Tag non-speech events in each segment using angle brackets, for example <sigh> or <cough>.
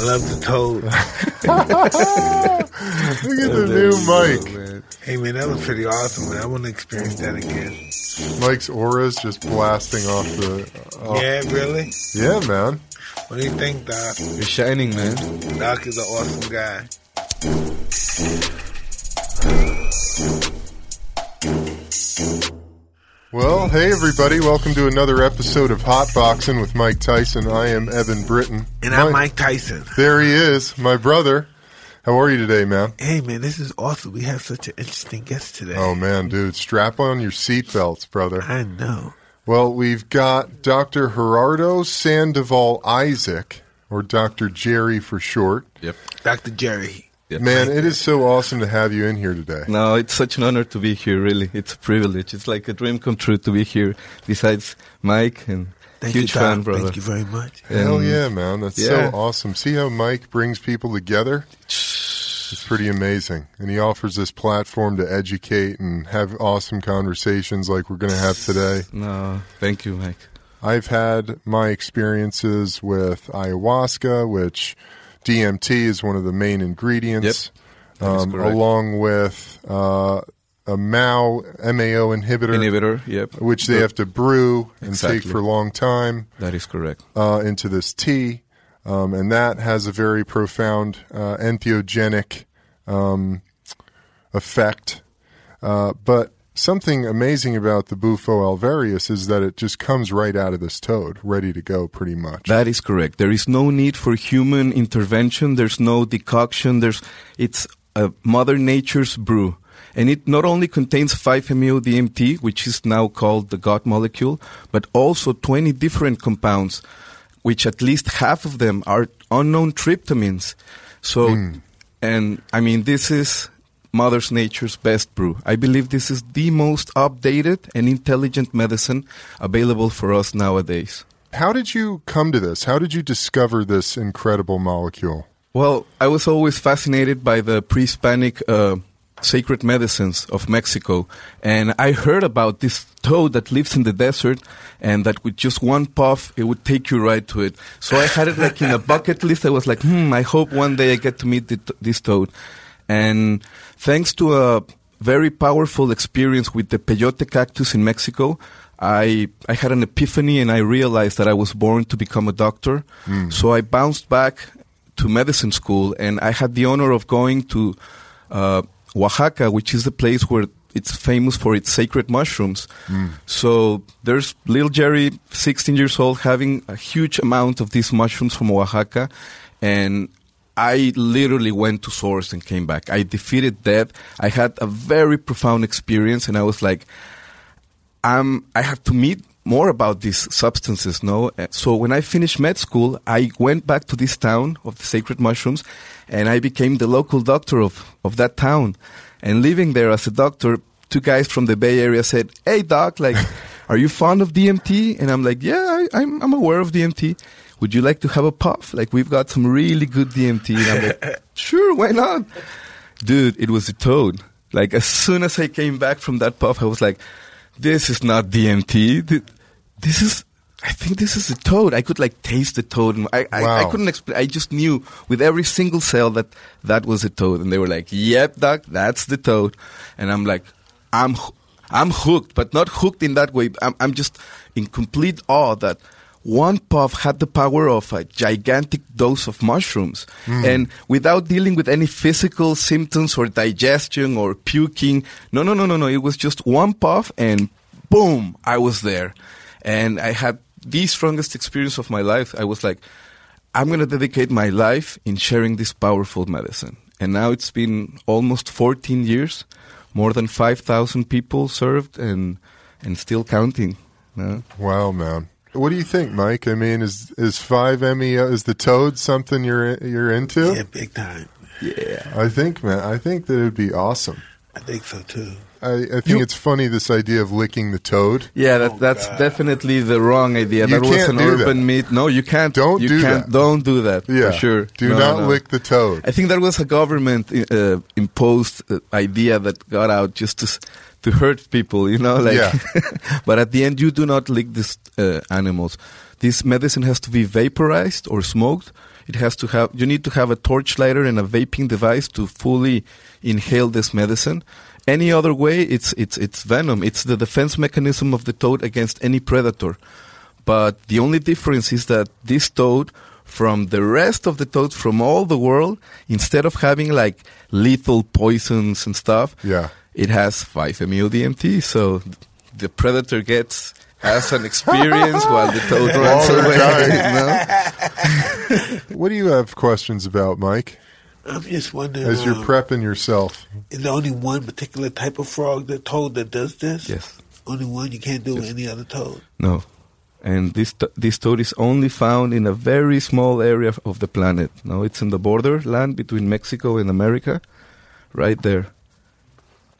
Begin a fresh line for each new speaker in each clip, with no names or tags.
love the toad.
Look at the new
uh,
Mike.
Hey man, that was pretty awesome, man. I want to experience that again.
Mike's aura's just blasting off the.
Oh.
Off.
Yeah, really?
Yeah, man.
What do you think, Doc?
You're shining, man.
Doc is an awesome guy.
Well, hey everybody, welcome to another episode of Hot Boxing with Mike Tyson. I am Evan Britton.
And I'm Mike Tyson.
There he is, my brother. How are you today, man?
Hey man, this is awesome. We have such an interesting guest today.
Oh man, dude, strap on your seatbelts, brother.
I know.
Well, we've got Dr. Gerardo Sandoval Isaac, or Dr. Jerry for short.
Yep.
Dr. Jerry.
yep.
Man, it is so awesome to have you in here today.
No, it's such an honor to be here, really. It's a privilege. It's like a dream come true to be here, besides Mike and
Thank
huge
you, Doc.
fan, brother.
Thank you very much.
Hell
And
yeah, man. That's
yeah.
so awesome. See how Mike brings people together? It's pretty amazing. And he offers this platform to educate and have awesome conversations like we're going to have today.
No, thank you, Mike.
I've had my experiences with ayahuasca, which DMT is one of the main ingredients,
is
um,
correct.
along with uh, a MAO, MAO inhibitor,
Inhibitor, yep.
which they have to brew and take
Exactly.
for a long time
That is correct.
uh, into this tea, um, and that has a very profound uh, entheogenic um, effect. Uh, but something amazing about the Bufo alvarius is that it just comes right out of this toad, ready to go, pretty much.
That is correct. There is no need for human intervention. There's no decoction. There's it's uh, Mother Nature's brew, and it not only contains E 5-MeO DMT, which is now called the God molecule, but also 20 different compounds, which at least half of them are unknown tryptamines. So, and I mean, this is Mother's Nature's best brew. I believe this is the most updated and intelligent medicine available for us nowadays.
How did you come to this? How did you discover this incredible molecule?
Well, I was always fascinated by the pre-Hispanic uh, sacred medicines of Mexico, and I heard about this toad that lives in the desert, and that with just one puff, it would take you right to it. So I had it like in a bucket list. I was like, hmm, I hope one day I get to meet the, this toad. And thanks to a very powerful experience with the peyote cactus in Mexico, I, I had an epiphany and I realized that I was born to become a doctor. So I bounced back to medicine school, and I had the honor of going to uh, Oaxaca, which is the place where it's famous for its sacred mushrooms. So there's little Jerry, 16 years old, having a huge amount of these mushrooms from Oaxaca, and I literally went to source and came back. I defeated death. I had a very profound experience, and I was like, um, I had to meet more about these substances, no? Uh, So when I finished med school, I went back to this town of the sacred mushrooms and I became the local doctor of, of that town. And living there as a doctor, two guys from the Bay Area said, Hey, doc, like, are you fond of DMT? And I'm like, Yeah, I, I'm, I'm aware of DMT. Would you like to have a puff? Like, we've got some really good DMT. And I'm like, Sure, why not? Dude, it was a toad. Like, as soon as I came back from that puff, I was like, this is not DMT. Th- This is, I think this is a toad. I could like taste the toad. And I, I, I
Wow.
couldn't explain. I just knew with every single cell that that was a toad. And they were like, yep, doc, that's the toad. And I'm like, I'm, h- I'm hooked, but not hooked in that way. I'm, I'm just in complete awe that one puff had the power of a gigantic dose of mushrooms. And without dealing with any physical symptoms or digestion or puking, no, no, no, no, no. It was just one puff and boom, I was there. And I had the strongest experience of my life. I was like, I'm going to dedicate my life in sharing this powerful medicine. And now it's been almost 14 years, more than 5,000 people served and, and still counting. no?
Wow, man. What do you think, Mike? I mean, is is five MEO is the toad something you're you're into?
Yeah, big time.
I think, man. I think that it'd be awesome.
I think so too.
I, I think
You-
it's funny this idea of licking the toad.
Yeah, that, that's definitely the wrong idea.
Oh, You
that was
can't
an
do that.
urban myth. No, you can't.
Don't
you
do
can't,
that.
Don't do that.
Yeah,
for sure.
Do
No,
not
no.
lick the toad.
I think that was a government uh, imposed uh, idea that got out just to s- to hurt people, you know. Like,
Yeah.
<laughs> but at the end, you do not lick these uh, animals. This medicine has to be vaporized or smoked It has to have you need to have a torch lighter and a vaping device to fully inhale this medicine. Any other way, it's it's it's venom. It's the defense mechanism of the toad against any predator. But the only difference is that this toad from the rest of the toads from all the world, instead of having like lethal poisons and stuff,
Yeah.
it has 5-MeO DMT. So th- the predator gets has an experience while the toad runs
they're
away.
dying.
you know?
What do you have questions about, Mike?
I'm just wondering.
As you're
um,
prepping yourself,
Is there only one particular type of frog that toad that does this?
<laughs> Yes.
Only one. You can't do it with any other toad.
No. And this t- this toad is only found in a very small area of- of the planet. No, it's in the borderland between Mexico and America, right there.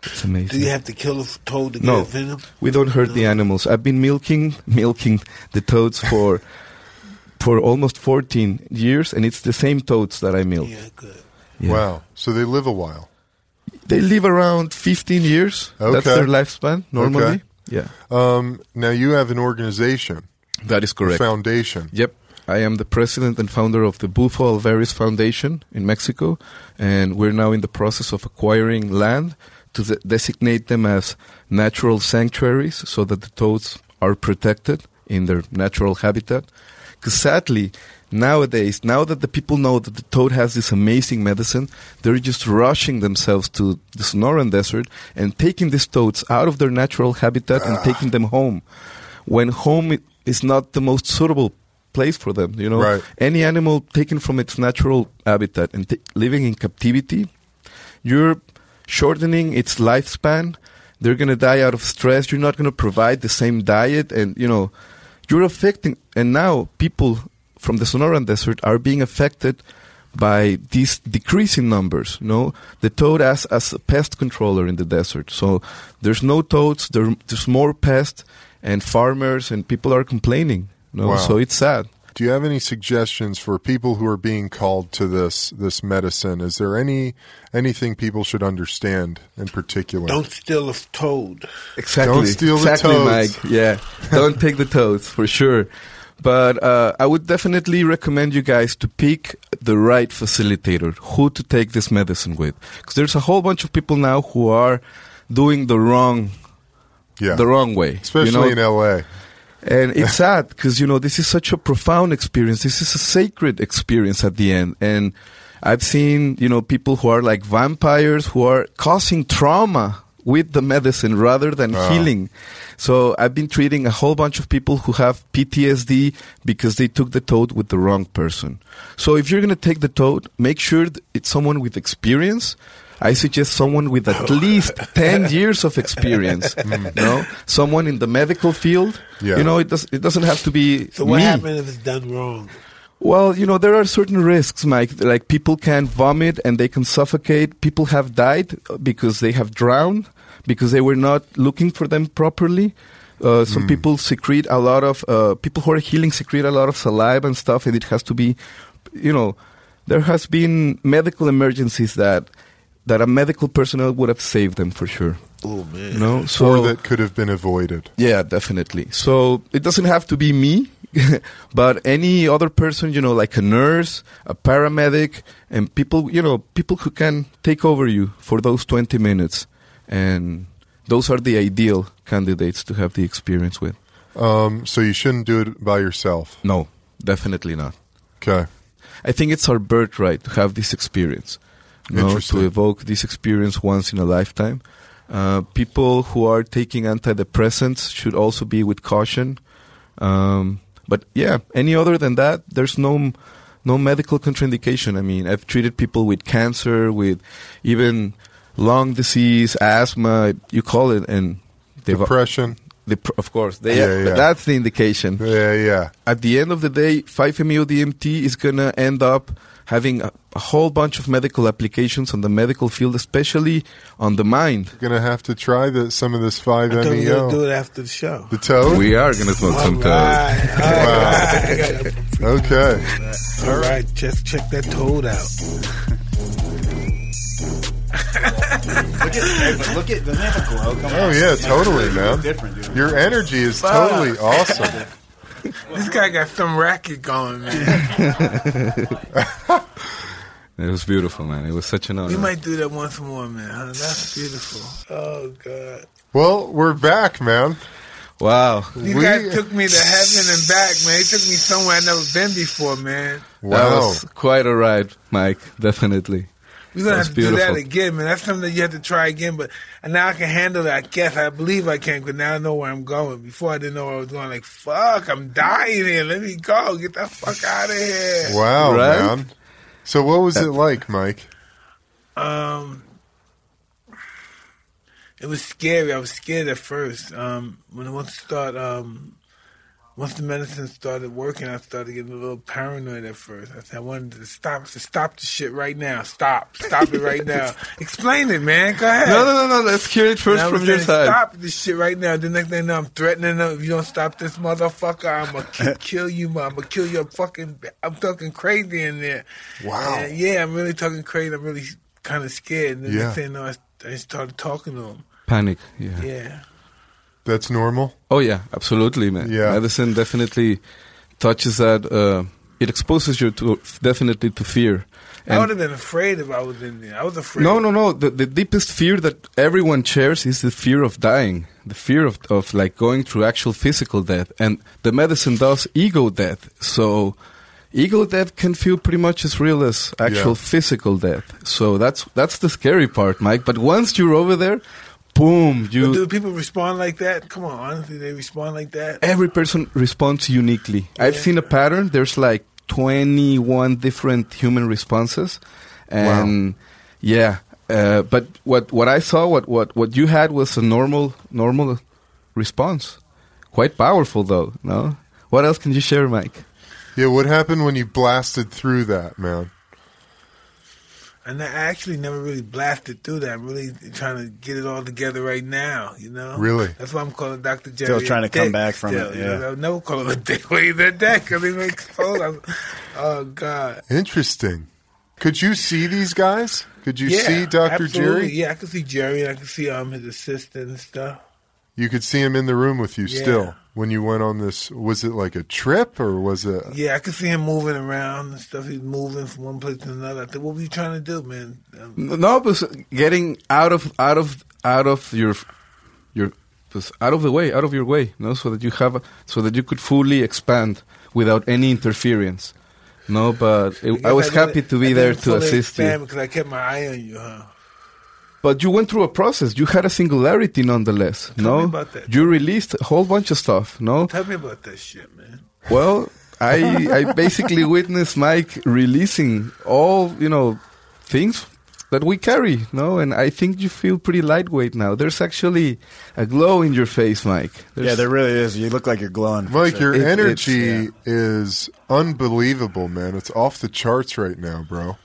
It's amazing.
Do you have to kill a f- toad to get
No.
its venom?
We don't hurt the animals. I've been milking milking the toads for for almost 14 years, and it's the same toads that I milk.
Yeah, good.
Yeah.
wow. So they live a while.
They live around 15 years. That's
Okay.
their lifespan
Okay.
normally. Yeah,
Um, now you have an organization,
that is
a
correct.
foundation.
Yep. I am the president and founder of the Bufo Alvarez Foundation in Mexico, and we're now in the process of acquiring land to de- designate them as natural sanctuaries so that the toads are protected in their natural habitat. Because sadly, nowadays, now that the people know that the toad has this amazing medicine, they're just rushing themselves to the Sonoran Desert and taking these toads out of their natural habitat and taking them home. When home i- is not the most suitable place for them, you know?
Right.
Any animal taken from its natural habitat and t- living in captivity, you're shortening its lifespan. They're going to die out of stress. You're not going to provide the same diet. And, you know, you're affecting. And now people from the Sonoran Desert are being affected by these decreasing numbers. You know, the toad as, as a pest controller in the desert. So there's no toads, there, there's more pests, and farmers and people are complaining. You know?
Wow.
So it's sad.
Do you have any suggestions for people who are being called to this this medicine? Is there any anything people should understand in particular?
Don't steal a f- toad.
Exactly.
Don't steal the
exactly,
toads. <laughs>
Mike. Yeah. Don't take the toads for sure. But uh, I would definitely recommend you guys to pick the right facilitator, who to take this medicine with, because there's a whole bunch of people now who are doing the wrong,
yeah,
the wrong way, you
especially
know?
in <laughs> L.A.
And it's sad because, you know, this is such a profound experience. This is a sacred experience at the end. And I've seen, you know, people who are like vampires who are causing trauma with the medicine rather than
Wow.
healing. So I've been treating a whole bunch of people who have PTSD because they took the toad with the wrong person. So if you're going to take the toad, make sure th- it's someone with experience. I suggest someone with at least 10 years of experience, no? Someone in the medical field.
Yeah.
You know, it, does, it doesn't have to be
So what
me.
happens if it's done wrong?
Well, you know, there are certain risks, Mike. Like people can vomit and they can suffocate. People have died because they have drowned because they were not looking for them properly. Uh, some people secrete a lot of uh, people who are healing secrete a lot of saliva and stuff, and it has to be, you know, there has been medical emergencies that that a medical personnel would have saved them for sure.
Oh man.
You know, so
or that could have been avoided.
yeah, definitely. So it doesn't have to be me, <laughs> but any other person, you know, like a nurse, a paramedic, and people, you know, people who can take over you for those 20 minutes. And those are the ideal candidates to have the experience with.
Um, so you shouldn't do it by yourself.
No, definitely not.
Okay.
I think it's our birthright to have this experience, you know,
Interesting.
to evoke this experience once in a lifetime. Uh, people who are taking antidepressants should also be with caution. Um, but yeah, any other than that, there's no no medical contraindication. I mean, I've treated people with cancer, with even lung disease, asthma, you call it, and they've
Depression.
dep- of course they
Yeah, yeah.
that's the indication
Yeah, yeah.
at the end of the day, 5-MeO DMT is going to end up having a, a whole bunch of medical applications on the medical field, especially on the mind.
Gonna have to try the, some of this
I thought we were gonna do
5-MeO.
it after the show.
The toad.
We are going to smoke
All
some
right, <laughs>
toad.
all right.
okay.
All right, just check that toad out.
Look at, hey, but look at, doesn't it have a glow coming
Oh
out?
yeah, totally,
It's
man.
Different, dude.
Your energy is totally awesome.
This guy got some racket going, man.
It was beautiful, man. It was such an honor.
We might do that once more, man. Huh? That's beautiful. Oh God,
Well, we're back, man.
wow.
you
We-
guys took me to heaven and back, man. You took me somewhere I never been before, man.
That
Wow.
was quite a ride, Mike. <laughs> Definitely.
We're gonna
That's
have to do that
beautiful.
again, man. That's something that you have to try again. But and now I can handle it. I guess I believe I can because now I know where I'm going. Before I didn't know where I was going. Like fuck, I'm dying here. Let me go. Get the fuck out of here.
Wow,
Right?
man. So what was it like, Mike?
Um, it was scary. I was scared at first. Um, when I once start, um, once the medicine started working, I started getting a little paranoid at first. I said, I wanted to stop, to stop the shit right now. Stop, stop it
<laughs>
right now. Explain it, man. Go ahead.
No, no, no, no. Let's hear it first
And I was
from your
saying,
side.
Stop this shit right now. The next thing I know, I'm threatening them. If you don't stop this motherfucker, I'm going
<laughs>
to kill you, man. I'm going to kill your fucking. I'm talking crazy in there.
Wow.
And yeah, I'm really talking crazy. I'm really kind of scared. And the
Yeah.
next thing I know, I, I started talking to him.
Panic. Yeah.
Yeah.
That's normal.
Oh yeah, absolutely, man.
Yeah.
Medicine definitely touches that. Uh, it exposes you to definitely to fear.
I
And-
would have been afraid if I was in there. I was afraid.
No, no, no. The, the deepest fear that everyone shares is the fear of dying, the fear of, of like going through actual physical death. And the medicine does ego death. So ego death can feel pretty much as real as actual
Yeah.
physical death. So that's that's the scary part, Mike. But once you're over there, boom,
But
you
do people respond like that? Come on, honestly, they respond like that.
every person responds uniquely. I've
Yeah.
seen a pattern. There's like 21 different human responses, and yeah. Uh, but what, what I saw, what, what, what you had was a normal normal response. Quite powerful, though. No, what else can you share, Mike?
Yeah, what happened when you blasted through that, man?
And I actually never really blasted through that. I'm really trying to get it all together right now, you know?
Really?
That's why I'm calling Dr. Jerry.
Still
a
trying to come
dick
back from it,
you
yeah.
know? I'll never call him a dick <laughs> when he's a dick because he makes fun of Oh, God.
Interesting. Could you see these guys? Could you
yeah,
see Dr.
absolutely.
Jerry?
Yeah, I can see Jerry and I can see um his assistant and stuff.
You could see him in the room with you
Yeah.
still when you went on this. Was it like a trip or was it?
Yeah, I can see him moving around and stuff. He's moving from one place to another. I think, what were you trying to do, man? Um,
No, but getting out of out of out of your your pues, out of the way, out of your way, no, so that you have a, so that you could fully expand without any interference. No, but it,
guess
I was
didn't-
happy to
I
be
didn't
there to
fully
assist
expand
you.
Because I kept my eye on you, huh?
But you went through a process. You had a singularity, nonetheless. no,
me about that.
you released a whole bunch of stuff. No,
Tell me about that shit, man.
Well, I I basically witnessed Mike releasing all you know things that we carry, no, and I think you feel pretty lightweight now. There's actually a glow in your face, Mike. There's,
Yeah, there really is. You look like you're glowing. for
Mike, your
sure.
It- it's-
energy
yeah.
is unbelievable, man. It's off the charts right now, bro.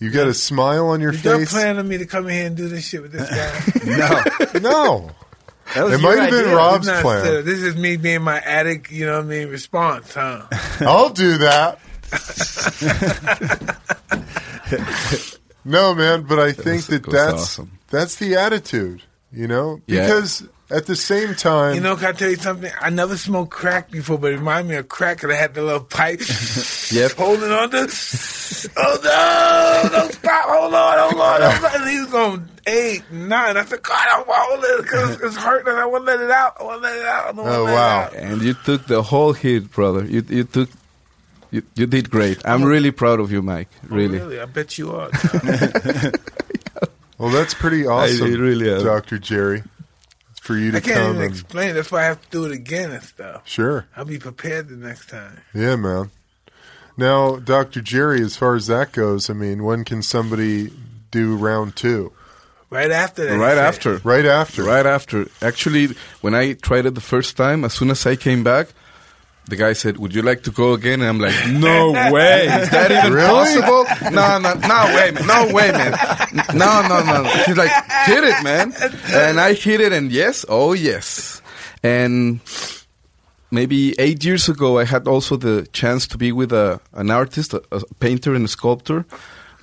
You got a smile on your
You're
face. <laughs>
planning me to come here and do this shit with this guy.
no,
No,
That was
It
your
might have been
idea.
Rob's
Nah,
plan.
so This is me being my addict, you know what I mean, response,
<laughs>
huh?
<laughs> I'll do that. no, man, but I think
was-
that
that was
that's
awesome.
that's the attitude, you know,
Yeah.
because at the same time,
You know, can I tell you something? I never smoked crack before, but it reminded me of crack and I had the little
<laughs>
pipe
Yep.
holding on to Oh no, don't stop, hold on, hold on, hold on. And he was going eight, nine. I said, God, I want to hold it because it's hurting. I want to let it out. I want to let it out. I wanna
Oh,
let it
wow.
out.
and you took the whole hit, brother. You you took. You, you did great. I'm really proud of you, Mike. Really.
Oh, really? I bet you are.
well, that's pretty awesome,
it really is.
Doctor Jerry, for you to
I can't
come.
even
And,
explain. That's why I have to do it again and stuff.
Sure,
I'll be prepared the next time.
yeah, man. Now, Doctor Jerry, as far as that goes, I mean, when can somebody do round two?
Right after that. he
Right
said.
after.
Right after,
Right after. Actually, when I tried it the first time, as soon as I came back, the guy said, "Would you like to go again?" And I'm like, <laughs> "No way! Is that even
Really?
possible? No, no, no way, man! No way, man! No, no, no!" He's like, "Hit it, man!" And I hit it, and yes, oh yes, and maybe eight years ago, I had also the chance to be with a, an artist, a, a painter and a sculptor.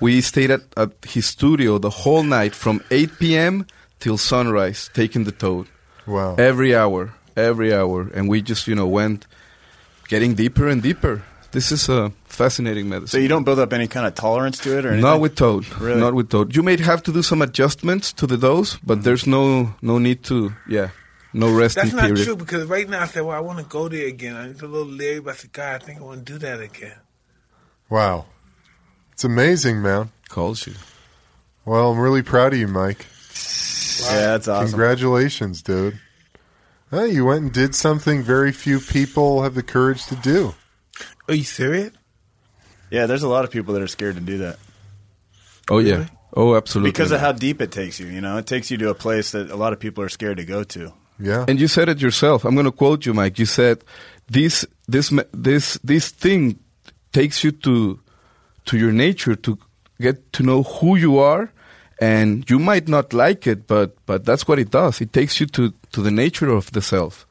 We stayed at, at his studio the whole night from 8 p.m. till sunrise, taking the toad
Wow.
every hour, every hour. And we just, you know, went getting deeper and deeper. This is a fascinating medicine.
So you don't build up any kind of tolerance to it, or anything?
Not with toad.
Really?
Not with toad. You may have to do some adjustments to the dose,
Mm-hmm.
but there's no no need to. Yeah, no resting
That's not
period.
true because right now I said, well, I want to go there again. I'm just a little leery, but I said, God, I think I want to do that again.
Wow. It's amazing, man.
Calls you.
Well, I'm really proud of you, Mike.
yeah, that's awesome.
Congratulations, dude. Hey, you went and did something very few people have the courage to do.
Are you serious?
Yeah, there's a lot of people that are scared to do that
Oh yeah. Oh, absolutely.
because of how deep it takes you. You know, it takes you to a place that a lot of people are scared to go to.
Yeah.
And you said it yourself. I'm going to quote you, Mike. You said, "This, this, me- this, this thing takes you to, to your nature to get to know who you are, and you might not like it, but but that's what it does. It takes you to to the nature of the self.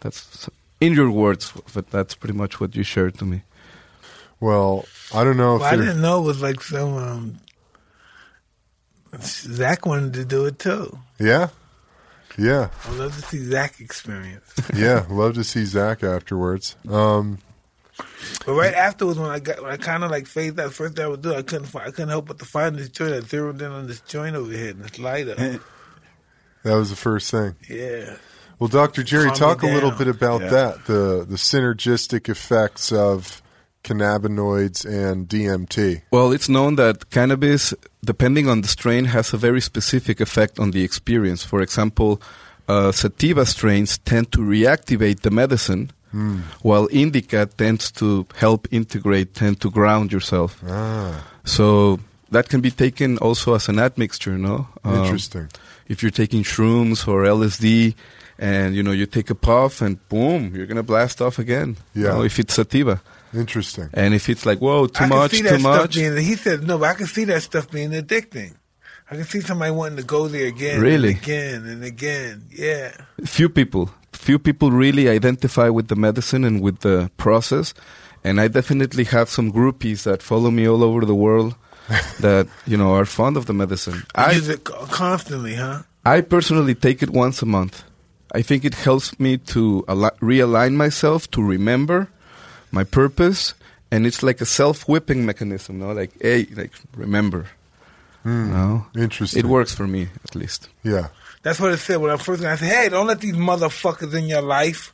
That's in your words, but that's pretty much what you shared to me.
Well, I don't know if
Oh,
Well, I
you're-
didn't know it was like some. Um, Zach wanted to do it too.
Yeah. Yeah.
I'd love to see Zach experience.
Yeah. Love to see Zach afterwards. Um,
But right afterwards, when I got, when I kind of like phased out. First thing I would do, I couldn't, find, I couldn't help but to find this joint. I zeroed in on this joint over here and this lighter.
that was the first thing.
yeah.
Well, Dr. Jerry,
Calm me
talk a little
down.
bit about
Yeah.
that the the synergistic effects of cannabinoids and DMT.
Well, it's known that cannabis, depending on the strain, has a very specific effect on the experience. For example, uh, sativa strains tend to reactivate the medicine,
Hmm.
while indica tends to help integrate, tend to ground yourself.
Ah,
So that can be taken also as an admixture, no? Um,
interesting.
If you're taking shrooms or LSD, and you know you take a puff, and boom, you're gonna blast off again. you
Yeah.
know, if it's sativa,
Interesting.
and if it's like whoa, too
I
much,
can see
too
that
much.
Stuff being, he said no, but I can see that stuff being addicting. I can see somebody wanting to go there again,
Really?
and again and again. Yeah,
few people few people really identify with the medicine and with the process and i definitely have some groupies that follow me all over the
<laughs>
world that you know are fond of the medicine i
use it co- constantly, huh?
i personally take it once a month i think it helps me to al- realign myself to remember my purpose and it's like a self-whipping mechanism no like hey like remember
Hmm.
no
Interesting.
it works for me at least
Yeah.
That's what it said when I first. I said, hey, don't let these motherfuckers in your life.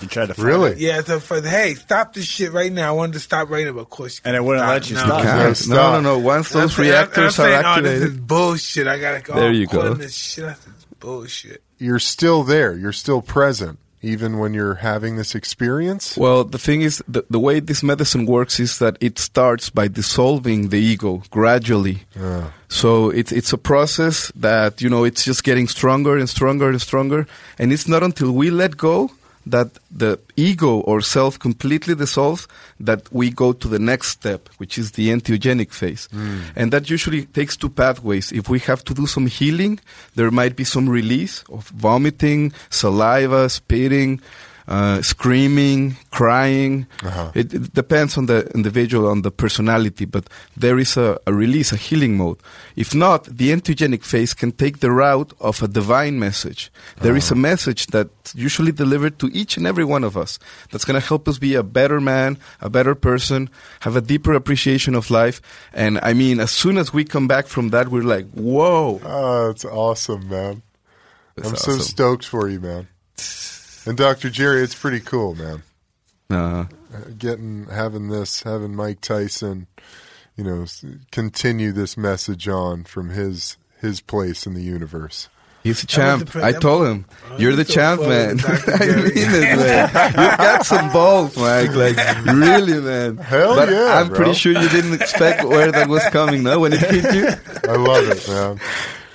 You try to find
Really?
it.
Yeah, so for, hey, stop this shit right now. I wanted to stop right now, but of course, you
And it wouldn't let you
now.
stop.
Yeah.
no,
stop.
no, no, no. Once
I'm
those
saying- I'm-
reactors
I'm
are
saying,
activated,
Oh, this is bullshit. I gotta go.
There
I'm
you go.
quitting This shit. This is bullshit.
You're still there. You're still present even when you're having this experience.
Well, the thing is, the, the way this medicine works is that it starts by dissolving the ego gradually.
Yeah.
So it's it's a process that you know it's just getting stronger and stronger and stronger, and it's not until we let go that the ego or self completely dissolves that we go to the next step, which is the entheogenic phase, and that usually takes two pathways. If we have to do some healing, there might be some release of vomiting, saliva, spitting. Uh, screaming, crying.
Uh-huh.
It, it depends on the individual, on the personality, but there is a, a release, a healing mode. If not, the entheogenic phase can take the route of a divine message. There is a message that's usually delivered to each and every one of us that's going to help us be a better man, a better person, have a deeper appreciation of life. And I mean, as soon as we come back from that, we're like, whoa.
Oh, that's awesome, man.
That's
I'm so
awesome.
stoked for you, man. And Dr. Jerry, it's pretty cool, man.
Uh,
getting having this having Mike Tyson, you know, s- continue this message on from his his place in the universe.
He's
That
a
was
champ.
the pre-
I
that-
told him,
Oh,
"You're
you're
the
so
champ,
funny,
man." <laughs>
Dr.
I
Jerry.
mean it, man. You've got some balls, Mike. Like really, man.
Hell
but
yeah,
I'm
bro.
pretty sure you didn't expect where that was coming. No, when it hit
<laughs>
you.
I love it, man.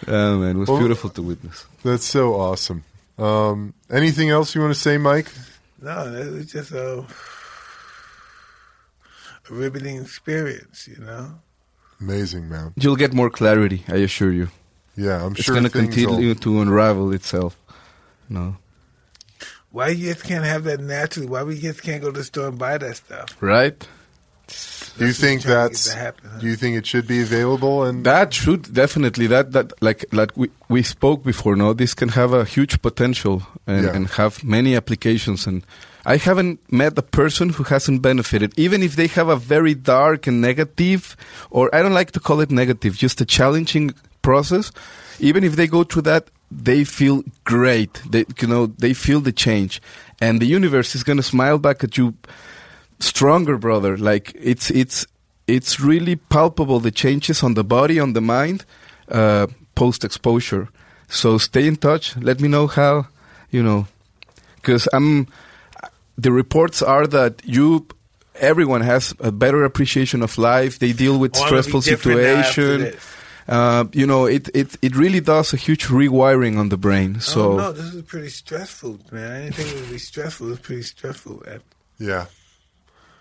Oh man, it was
Well-
beautiful to witness.
That's so awesome. Um, anything else you want to say, Mike?
No, that was just a, a riveting experience. You know.
Amazing, man.
You'll get more clarity. I assure you.
Yeah, I'm
It's
sure
gonna
things
continue to unravel itself. No,
Why you just can't have that naturally? Why we just can't go to the store and buy that stuff?
right?
will- Do you think
trying to get
that's?
that happen, huh?
Do you think it should be available? And
That should definitely that that like like we we spoke before. No, this can have a huge potential and,
Yeah.
and have many applications. And I haven't met a person who hasn't benefited, even if they have a very dark and negative, or I don't like to call it negative, just a challenging process. Even if they go through that, they feel great. They, you know, they feel the change, and the universe is going to smile back at you, stronger, brother. Like it's it's it's really palpable the changes on the body, on the mind, uh, post exposure. So stay in touch. Let me know how you know, because I'm. um, The reports are that you, everyone has a better appreciation of life. They deal with
I wanna Oh, be
stressful
different now after
situation.
this.
Uh, you know, it, it, it really does a huge rewiring on the brain.
oh,
So
no, this is pretty stressful, man. I didn't think it would be stressful. It's pretty stressful. I,
Yeah.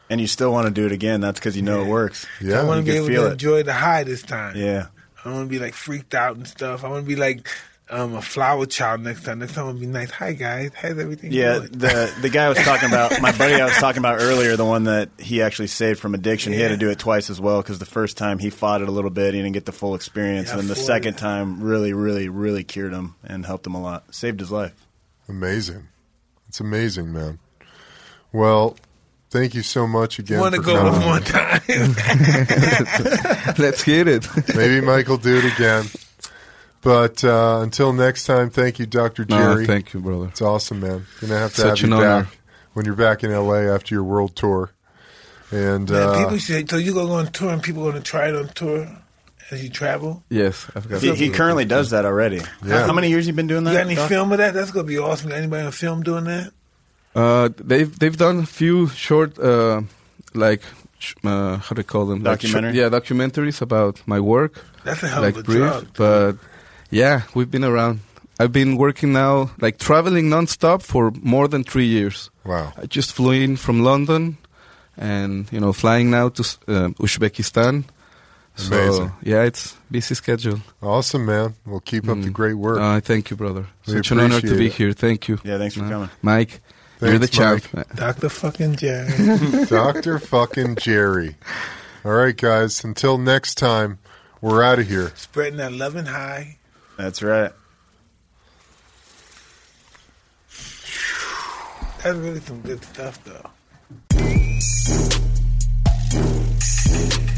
and you still want to do it again. That's because you know it works.
Yeah.
I want to be
you can
able
feel
to
it.
enjoy the high this time.
Yeah.
I want to be like freaked out and stuff. I want to be like um, a flower child next time. Next time I'll be nice. Hi guys, how's everything
<laughs> Yeah,
going?
the the guy I was talking about, my buddy I was talking about earlier, the one that he actually saved from addiction. He had to
Yeah.
do it twice as well because the first time he fought it a little bit, he didn't get the full experience,
Yeah,
and then
I
the
fought
second
it.
time really, really, really cured him and helped him a lot, saved his life.
Amazing. It's amazing, man. Well, thank you so much again.
want to
for
go
coming.
one more <laughs> time?
<laughs> let's
<laughs>
hit it.
Maybe Mike will do it again. But uh, until next time, thank you, Dr. Jerry.
no, thank you, brother.
It's awesome, man. Gonna have to
Such
have
an
you
honor.
back when you're back in LA after your world tour. And
Man,
uh,
people should. So you gonna go on tour and people gonna try it on tour as you travel.
Yes, I've got
He, he currently does that already.
Yeah.
How many years you been doing that?
You got any
Doc?
film of that? That's gonna be awesome. Got anybody on film doing that?
Uh, they've they've done a few short, uh, like sh- uh, how do you call them? Like sh-
Documentary?
yeah, documentaries about my work,
That's a hell
like
of a
brief.
drug.
But yeah, we've been around. I've been working now, like traveling nonstop for more than three years.
wow,
I just flew in from London, and you know, flying now to S- uh, Uzbekistan. So
Amazing.
yeah, it's busy schedule.
awesome, man. Well, keep up the
Mm.
great work.
Uh, thank you, brother.
We
Such an honor to
appreciate
be
it.
here. Thank you.
Yeah, thanks for
Uh,
coming.
Mike. you're the
Thanks,
champ.
Doctor fucking Jerry.
Dr. fucking
<laughs>
Jerry. All right, guys. Until next time, we're out of here.
Spreading that loving high.
That's right.
That's really some good stuff, though.